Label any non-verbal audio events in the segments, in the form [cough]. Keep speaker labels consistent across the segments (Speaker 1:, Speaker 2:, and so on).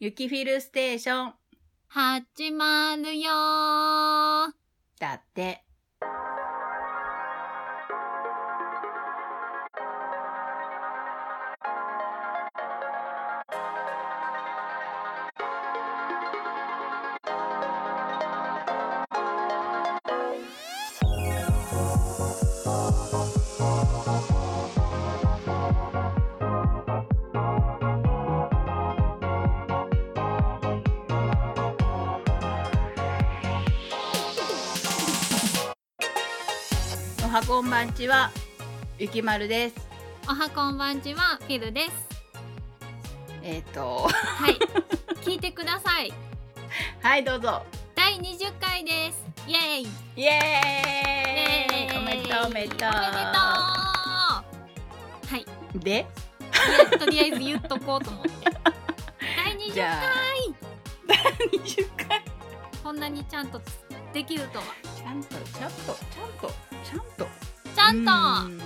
Speaker 1: 雪フィルステーション。
Speaker 2: 始まるよー
Speaker 1: だって。おはこんばんちは、ゆきまるです。
Speaker 2: おはこんばんちは、フィルです。
Speaker 1: えっ、と、 [laughs]
Speaker 2: はい。聞いてください。
Speaker 1: はい、どうぞ。
Speaker 2: 第20回です。イエーイイ
Speaker 1: イエ
Speaker 2: エ
Speaker 1: ーイおめでとうおめでとう
Speaker 2: おめでとうはい。
Speaker 1: で
Speaker 2: いやとりあえず言っとこう
Speaker 1: [laughs]
Speaker 2: と思って。第20
Speaker 1: じゃあ [laughs]
Speaker 2: 回、
Speaker 1: 20回
Speaker 2: こんなにちゃんとできるとは。
Speaker 1: ちゃんとちゃんとちゃんとちゃんと
Speaker 2: ちゃんと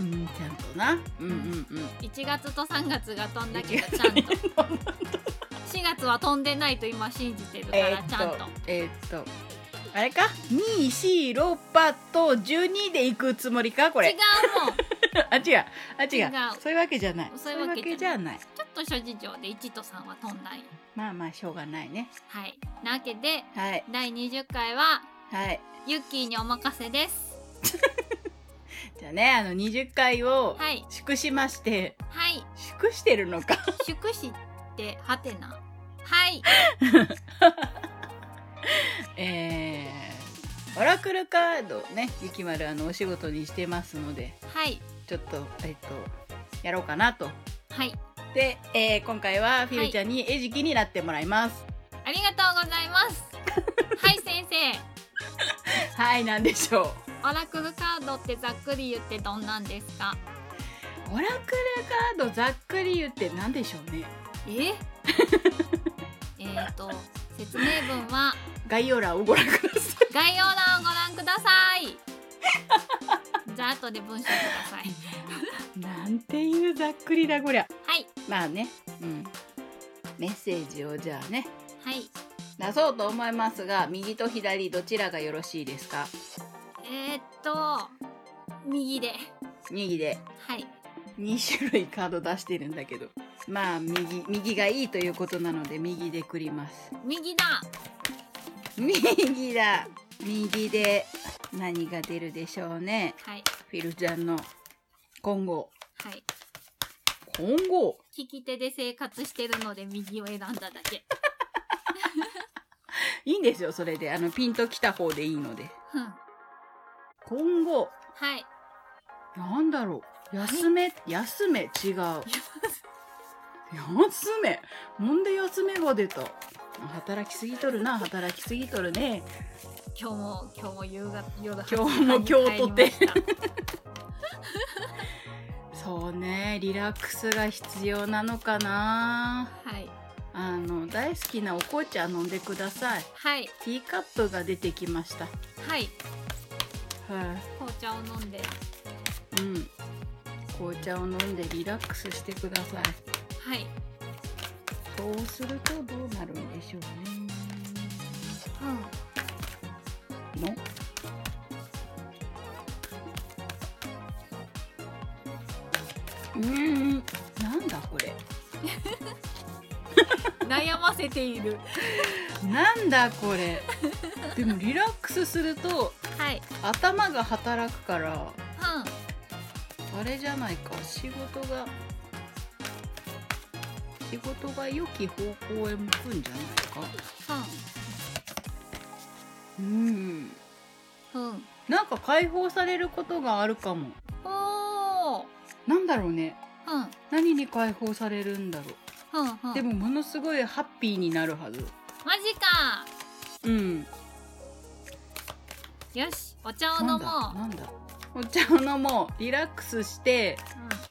Speaker 1: うんうんちゃんとなうんうんうん
Speaker 2: !1 月と3月が飛んだけど、ちゃんと。4月は飛んでないと今信じてるから、ちゃんと。
Speaker 1: えーっとあれか246波と12で行くつもりかこ
Speaker 2: 違
Speaker 1: れ
Speaker 2: うもん
Speaker 1: [laughs] あ違うあ違う
Speaker 2: 違う
Speaker 1: そういうわけじゃない
Speaker 2: そういうわけ
Speaker 1: じ
Speaker 2: じ
Speaker 1: ゃ
Speaker 2: ゃ
Speaker 1: ない
Speaker 2: ちょっと諸事情で1と3は飛んだんよ
Speaker 1: まあまあしょうがないね
Speaker 2: はい。なわけで、
Speaker 1: はい
Speaker 2: 第20回は、
Speaker 1: はい
Speaker 2: ユッキーにお任せです。
Speaker 1: じゃあねあの20回を
Speaker 2: はい。
Speaker 1: 祝しまして
Speaker 2: はい。
Speaker 1: 祝してるのか
Speaker 2: [laughs] 祝詞って、はてな。はい。
Speaker 1: えー、オラクルカードをねゆきまるあのお仕事にしてますので
Speaker 2: はい。
Speaker 1: ちょっとえっとやろうかなと
Speaker 2: はい。
Speaker 1: で、えー今回はフィルちゃんに餌食になってもらいます
Speaker 2: ありがとうござい [laughs] ます。はい、先生。
Speaker 1: はい、なんでしょ
Speaker 2: オラクルカードってざっくり言ってどんなんですか
Speaker 1: うオラクルカードざっくり言ってなんでしょうね
Speaker 2: え [laughs] えっと、説明文は
Speaker 1: 概要欄をご覧くださ
Speaker 2: 概要欄をご覧ください。 [laughs] じゃあ、後で文章ください。
Speaker 1: いなんていうざっくりだこりゃ
Speaker 2: はい。
Speaker 1: まあねうんメッセージをじゃあね
Speaker 2: はい。
Speaker 1: 出そうと思いますが右と左どちらがよろしいですか
Speaker 2: えー、っと、右で。
Speaker 1: 右で
Speaker 2: はい。
Speaker 1: 2種類カード出してるんだけどまあ右右がいいということなので右でくります [laughs]
Speaker 2: 右だ。
Speaker 1: 右だ右で何が出るでしょうね
Speaker 2: はい。
Speaker 1: フィルちゃんの今後
Speaker 2: はい。
Speaker 1: 今後
Speaker 2: 利き手で生活してるので右を選んだだけ。
Speaker 1: いいんですよそれであのピンときた方でいいので
Speaker 2: ふん。は
Speaker 1: 今後
Speaker 2: い。
Speaker 1: なんだろう休め休め違う休めなんで休めが出た働きすぎとるな働きすぎとるね
Speaker 2: 今日も、今日も夕方、夜8
Speaker 1: 今日も
Speaker 2: 時半
Speaker 1: 今
Speaker 2: に
Speaker 1: 日とて
Speaker 2: 帰りました
Speaker 1: そうねリラックスが必要なのかな
Speaker 2: はい。
Speaker 1: あの大好きなお紅茶飲んでください
Speaker 2: はい。
Speaker 1: ティーカップが出てきました。
Speaker 2: はい。
Speaker 1: は
Speaker 2: 紅茶を飲んで。
Speaker 1: い。うん。紅茶を飲んでリラックスしてください。
Speaker 2: はい。
Speaker 1: そうするとどうなるんでしょ
Speaker 2: うん。
Speaker 1: うね。の。うーん。なんだこれ。
Speaker 2: 悩ませている。
Speaker 1: なんだこれ。でもリラックスすると
Speaker 2: はい。
Speaker 1: 頭が働くから
Speaker 2: うん。
Speaker 1: あれじゃないか。仕事が仕事が良き方向へ向くんじゃないか。うん、
Speaker 2: うん。うん。
Speaker 1: なんか解放されることがあるかも。
Speaker 2: おー。
Speaker 1: なんだろうね。
Speaker 2: うん。
Speaker 1: 何に解放されるんだろう。
Speaker 2: うん。うん。
Speaker 1: でもものすごいハッピーになるはず。
Speaker 2: マジか。
Speaker 1: うん。
Speaker 2: よし。お茶を飲
Speaker 1: なん
Speaker 2: もう。
Speaker 1: だ。なんだ。お茶を飲もう。リラックスして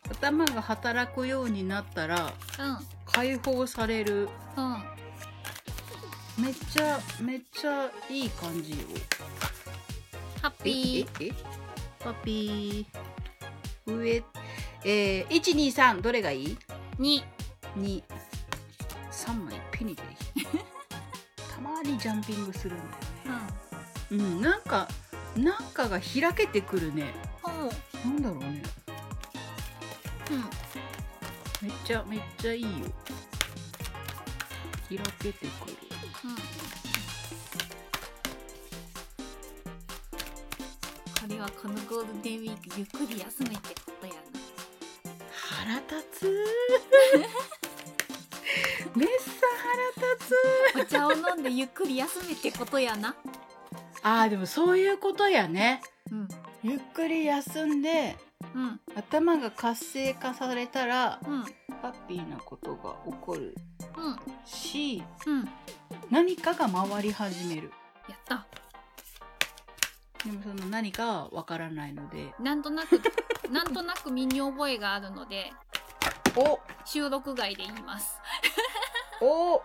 Speaker 2: う
Speaker 1: 頭が働くようになったら
Speaker 2: ん。
Speaker 1: 解放される。
Speaker 2: うん。うん。
Speaker 1: めっちゃめっちゃいい感じよ。
Speaker 2: ハッピ
Speaker 1: え
Speaker 2: ー。
Speaker 1: ええパピー。上。えー、1、2、3どれがいい？
Speaker 2: に
Speaker 1: に3枚一気に出て [laughs] きてたまにジャンピングするんだよねうんなんか中が開けてくるね
Speaker 2: うん、
Speaker 1: なんだろうね
Speaker 2: うん、
Speaker 1: めっちゃめっちゃいいよ開けてくる
Speaker 2: これはこのゴールデンウィークゆっくり休めってことやな
Speaker 1: 腹立つ [laughs] めっさ腹立つ
Speaker 2: お茶を飲んでゆっくり休めってことやな
Speaker 1: あーでもそういうことやね
Speaker 2: うん
Speaker 1: ゆっくり休んで
Speaker 2: うん
Speaker 1: 頭が活性化されたら
Speaker 2: うん
Speaker 1: ハッピーなことが起こる
Speaker 2: うん
Speaker 1: し
Speaker 2: うん
Speaker 1: 何かが回り始める
Speaker 2: やった
Speaker 1: でもその何かはわからないので
Speaker 2: なんとなくなんとなく身に覚えがあるので
Speaker 1: お
Speaker 2: 収録外で言います
Speaker 1: お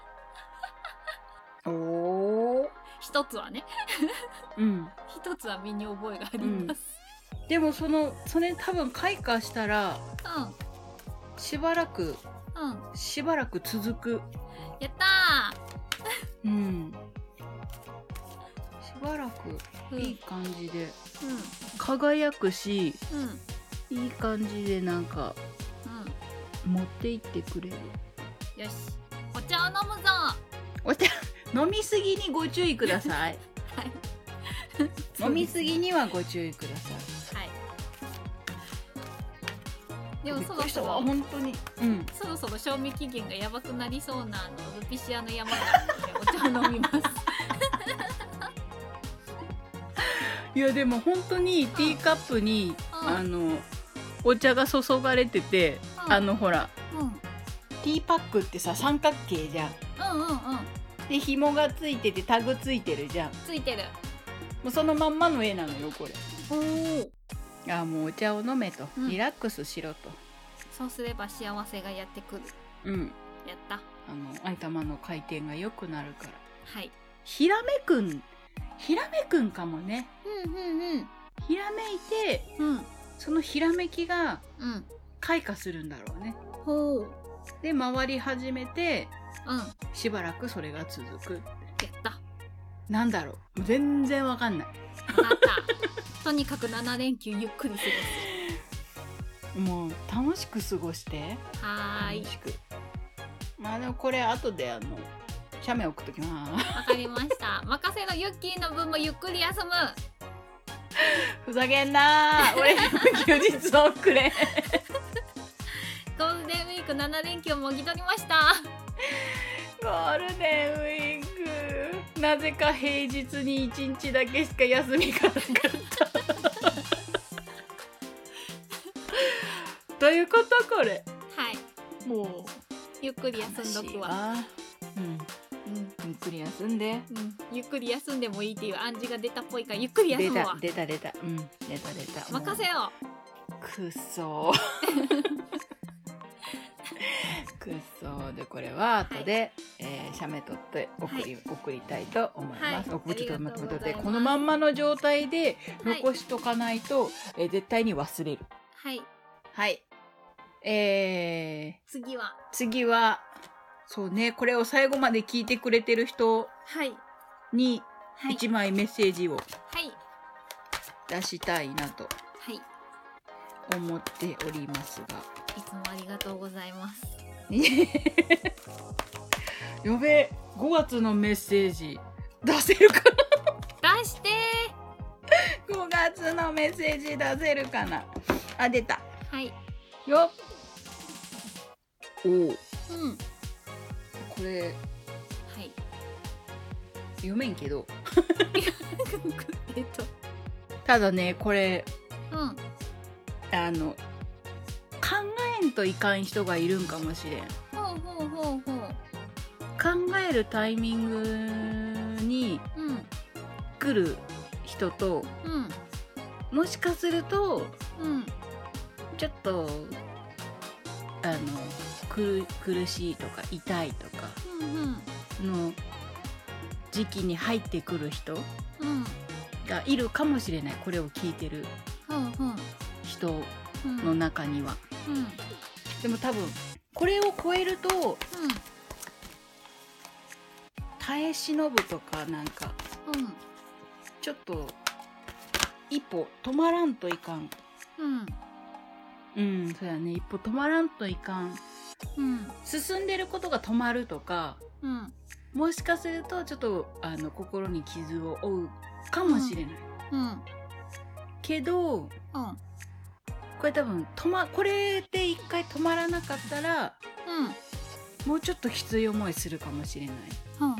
Speaker 1: おー
Speaker 2: 一つはね
Speaker 1: うん
Speaker 2: 一つは身に覚えがあります
Speaker 1: でもそのそれ多分開花したらしばらく
Speaker 2: うんうん
Speaker 1: しばらく続く
Speaker 2: やった
Speaker 1: うんしばら
Speaker 2: ーう
Speaker 1: く
Speaker 2: ん
Speaker 1: いい感じで
Speaker 2: うん
Speaker 1: 輝くし
Speaker 2: うんうん
Speaker 1: いい感じでなんか持っていってくれる
Speaker 2: よしお茶を飲むぞ
Speaker 1: お茶 [laughs] 飲みすぎにご注意くだ [laughs] さい飲みすぎにはご注意ください
Speaker 2: はい。でも
Speaker 1: びっ
Speaker 2: そ
Speaker 1: く
Speaker 2: ろ
Speaker 1: りし
Speaker 2: そ
Speaker 1: たわ
Speaker 2: ろ
Speaker 1: 本当にうん
Speaker 2: そろそろ賞味期限がやばくなりそうなあのルピシアの山があるのでお茶を飲みます。
Speaker 1: いやでも本当にティーカップに、
Speaker 2: うん
Speaker 1: あのお茶が注がれてて、
Speaker 2: うん
Speaker 1: あのほら
Speaker 2: うんうん
Speaker 1: ティーパックってさ三角形じゃん
Speaker 2: うんうん
Speaker 1: で紐がついててタグついてるじゃんも
Speaker 2: ついてる。
Speaker 1: うそのまんまの絵なのよこれ
Speaker 2: おお。
Speaker 1: あーもうお茶を飲めと、
Speaker 2: うん
Speaker 1: リラックスしろと
Speaker 2: そうすれば幸せがやってくる。
Speaker 1: うん
Speaker 2: やった。
Speaker 1: あの頭の回転が良くなるから
Speaker 2: はい。
Speaker 1: ひらめくんひらめくんかもね
Speaker 2: うんうんうん
Speaker 1: ひらめいて
Speaker 2: うん
Speaker 1: そのひらめきが
Speaker 2: うん。
Speaker 1: 開花するんだろうね
Speaker 2: ほう。うん。
Speaker 1: で回り始めて
Speaker 2: やっ
Speaker 1: しばらくそれが続く
Speaker 2: た。
Speaker 1: なんだろう全然わかんない
Speaker 2: わかった。とにかく七連休ゆっくり過
Speaker 1: もう楽しく過ごして
Speaker 2: ごす。はーい
Speaker 1: 楽。しくまあでもこれ後であの写メ送っときます
Speaker 2: わかりました。任せのユッキーの分もゆっくり休む。
Speaker 1: [laughs] ふざけんなー俺の休日をくれ
Speaker 2: ゴールデンウィーク7連休もぎ取りました。
Speaker 1: ゴールデンウィークなぜか平日に1日だけしか休みがなかったということこれ
Speaker 2: はい。
Speaker 1: も
Speaker 2: ゆっくり
Speaker 1: う
Speaker 2: 休んどくわ。
Speaker 1: うん
Speaker 2: うん
Speaker 1: ゆっくり休んで
Speaker 2: うん、ゆっくり休んでもいいっていう暗示が出たっぽいからゆっくり休
Speaker 1: 出
Speaker 2: むわ
Speaker 1: た出た出たうん出た出たもう
Speaker 2: 任せよ
Speaker 1: く
Speaker 2: [laughs]
Speaker 1: そーくそーでこれは後で、えー写メ撮って送り、送りたいと思います。
Speaker 2: はい
Speaker 1: おちょっと待って
Speaker 2: ありがとうございます
Speaker 1: 待ってこのまんまの状態で
Speaker 2: はい
Speaker 1: 残しとかないと、えー絶対に忘れる。
Speaker 2: はい
Speaker 1: はい。え
Speaker 2: 次は
Speaker 1: ー、次はそうねこれを最後まで聞いてくれてる人
Speaker 2: はい
Speaker 1: に
Speaker 2: はい
Speaker 1: 一枚メッセージを
Speaker 2: はい
Speaker 1: 出したいなと
Speaker 2: はいい
Speaker 1: 思っておりますが。
Speaker 2: つもありがとうございます
Speaker 1: [laughs] やべえ5月のメッセージ出せるか
Speaker 2: 出して
Speaker 1: な5月のメッセージ出せるかなあ出た
Speaker 2: ーはい
Speaker 1: よおお
Speaker 2: うんは
Speaker 1: これ
Speaker 2: い
Speaker 1: 読めんけど
Speaker 2: えっと
Speaker 1: ただねこれ
Speaker 2: うん
Speaker 1: あの考えんといかん人がいるんかもしれん
Speaker 2: ほうほうほうほう
Speaker 1: 考えるタイミングに
Speaker 2: うん
Speaker 1: 来る人と
Speaker 2: うん
Speaker 1: もしかすると
Speaker 2: うん
Speaker 1: ちょっとあの苦苦しいとか痛いとか
Speaker 2: うんうん
Speaker 1: の時期に入ってくる人
Speaker 2: うん
Speaker 1: がいるかもしれないこれを聞いてる
Speaker 2: ほうほう
Speaker 1: 人
Speaker 2: うん
Speaker 1: の中には、
Speaker 2: うん
Speaker 1: でも多分これを超えると
Speaker 2: うん
Speaker 1: 耐え忍ぶとかなんかちょっと一歩止まらんといかん
Speaker 2: うん
Speaker 1: うんそうやね一歩止まらんといかん
Speaker 2: うん
Speaker 1: 進んでることが止まるとか
Speaker 2: うん
Speaker 1: もしかするとちょっとあの心に傷を負うかもしれない、
Speaker 2: うん
Speaker 1: けど
Speaker 2: うん
Speaker 1: これ多分止、ま、これで一回止まらなかったら
Speaker 2: うん
Speaker 1: もうちょっときつい思いするかもしれない
Speaker 2: うん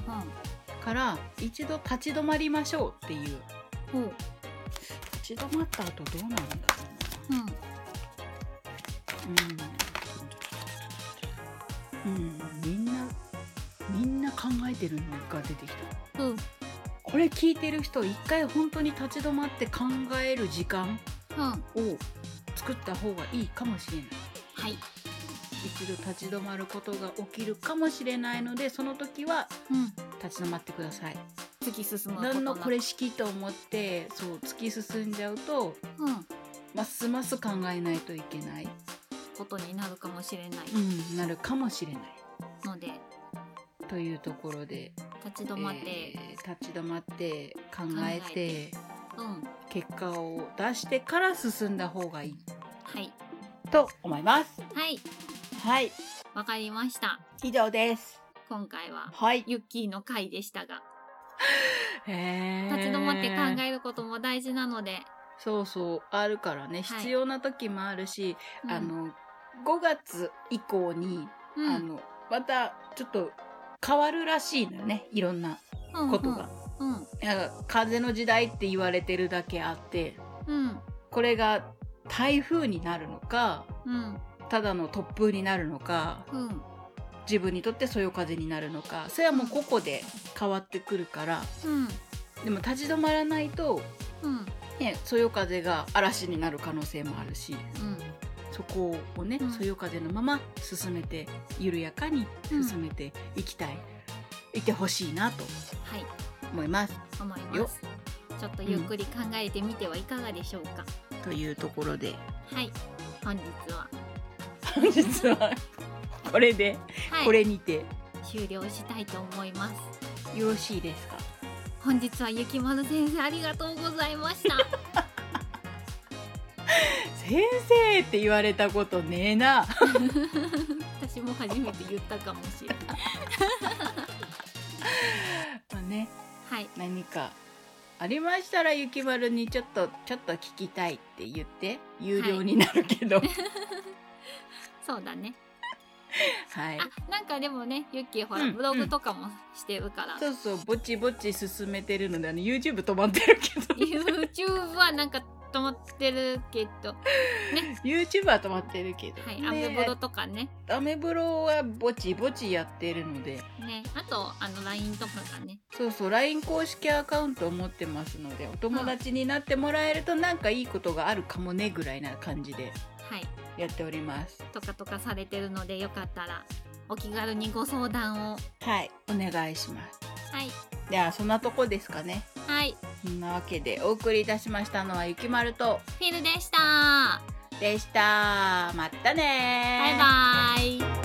Speaker 1: から一度立ち止まりましょうっていう
Speaker 2: うんうん
Speaker 1: 立ち止まった後どうなるんだろ
Speaker 2: うん
Speaker 1: うなうん、うん、みんなみんな考えてるのが出てきた
Speaker 2: うん
Speaker 1: これ聞いてる人一回本当に立ち止まって考える時間
Speaker 2: うん
Speaker 1: を作った方がいいかもしれない
Speaker 2: はい
Speaker 1: 一度立ち止まることが起きるかもしれないのでその時は
Speaker 2: うん
Speaker 1: 立ち止まってください
Speaker 2: 突き進むこと
Speaker 1: 何のこれ
Speaker 2: うん
Speaker 1: 式と思ってそう突き進んじゃうとますます考えないといけない、
Speaker 2: ことになるかもしれない
Speaker 1: うん、なるかもしれない
Speaker 2: ので
Speaker 1: というところで
Speaker 2: 立ち止まって
Speaker 1: えー立ち止まって考え
Speaker 2: 考
Speaker 1: て
Speaker 2: うん
Speaker 1: 結果を出してから進んだ方がいい
Speaker 2: はい
Speaker 1: と思います
Speaker 2: はい
Speaker 1: はい
Speaker 2: わかりました
Speaker 1: 以上です
Speaker 2: 今回は
Speaker 1: はい
Speaker 2: ユッキーの回でしたが
Speaker 1: へー
Speaker 2: 立ち止まって考えることも大事なので、
Speaker 1: そうそうあるからね
Speaker 2: はい
Speaker 1: 必要な時もあるし、
Speaker 2: うん
Speaker 1: あの5月以降に、
Speaker 2: うん
Speaker 1: あのまたちょっと変わるらしいのよねいろんなことが。
Speaker 2: うんうん
Speaker 1: なんか風の時代って言われてるだけあって
Speaker 2: うん
Speaker 1: これが台風になるのか
Speaker 2: うん
Speaker 1: ただの突風になるのか
Speaker 2: うん
Speaker 1: 自分にとってそよ風になるのかそれはもう個々で変わってくるから
Speaker 2: うん
Speaker 1: でも立ち止まらないと、
Speaker 2: うん
Speaker 1: ね、そよ風が嵐になる可能性もあるし。そこをね、
Speaker 2: うん
Speaker 1: そよ風のまま進めて緩やかに進めていきたい、いてほしいなと
Speaker 2: はい
Speaker 1: 思います
Speaker 2: 思いま
Speaker 1: よ
Speaker 2: すちょっとゆっくり考えてみてはいかがでしょうか、
Speaker 1: というところで
Speaker 2: はい本日は
Speaker 1: [laughs] 本日はこれで、
Speaker 2: はい
Speaker 1: これにて
Speaker 2: 終了したいと思います
Speaker 1: よろしいですか
Speaker 2: 本日はゆきまる先生ありがとうございま
Speaker 1: [laughs]
Speaker 2: した
Speaker 1: 先生って言われたことねえな
Speaker 2: 私も初めて言ったかもしれない
Speaker 1: [laughs] まあね
Speaker 2: はい
Speaker 1: 何かありましたらゆきまるにちょっとちょっと聞きたいって言って有料になるけど
Speaker 2: そうだね
Speaker 1: はい、
Speaker 2: あなんかでもねゆっきーほら、
Speaker 1: うん
Speaker 2: ブログとかもしてるから、
Speaker 1: そうそうぼちぼち進めてるのであの YouTube 止まってるけど [laughs]
Speaker 2: YouTube はなんか止まってるけど
Speaker 1: YouTube は止まってるけど、
Speaker 2: はい、
Speaker 1: ね
Speaker 2: アメブロとかね
Speaker 1: アメブロはぼちぼちやってるので
Speaker 2: ねあとあの LINE とかがね
Speaker 1: そうそう LINE 公式アカウントを持ってますのでお友達になってもらえるとなんかいいことがあるかもねぐらいな感じで
Speaker 2: はい
Speaker 1: やっております
Speaker 2: とかとかされてるのでよかったらお気軽にご相談を
Speaker 1: はいお願いします
Speaker 2: はい
Speaker 1: ではそんなとこですかね
Speaker 2: はい
Speaker 1: そんなわけでお送りいたしましたのはゆきまると
Speaker 2: フィルでした
Speaker 1: でしたまたね
Speaker 2: バイバイ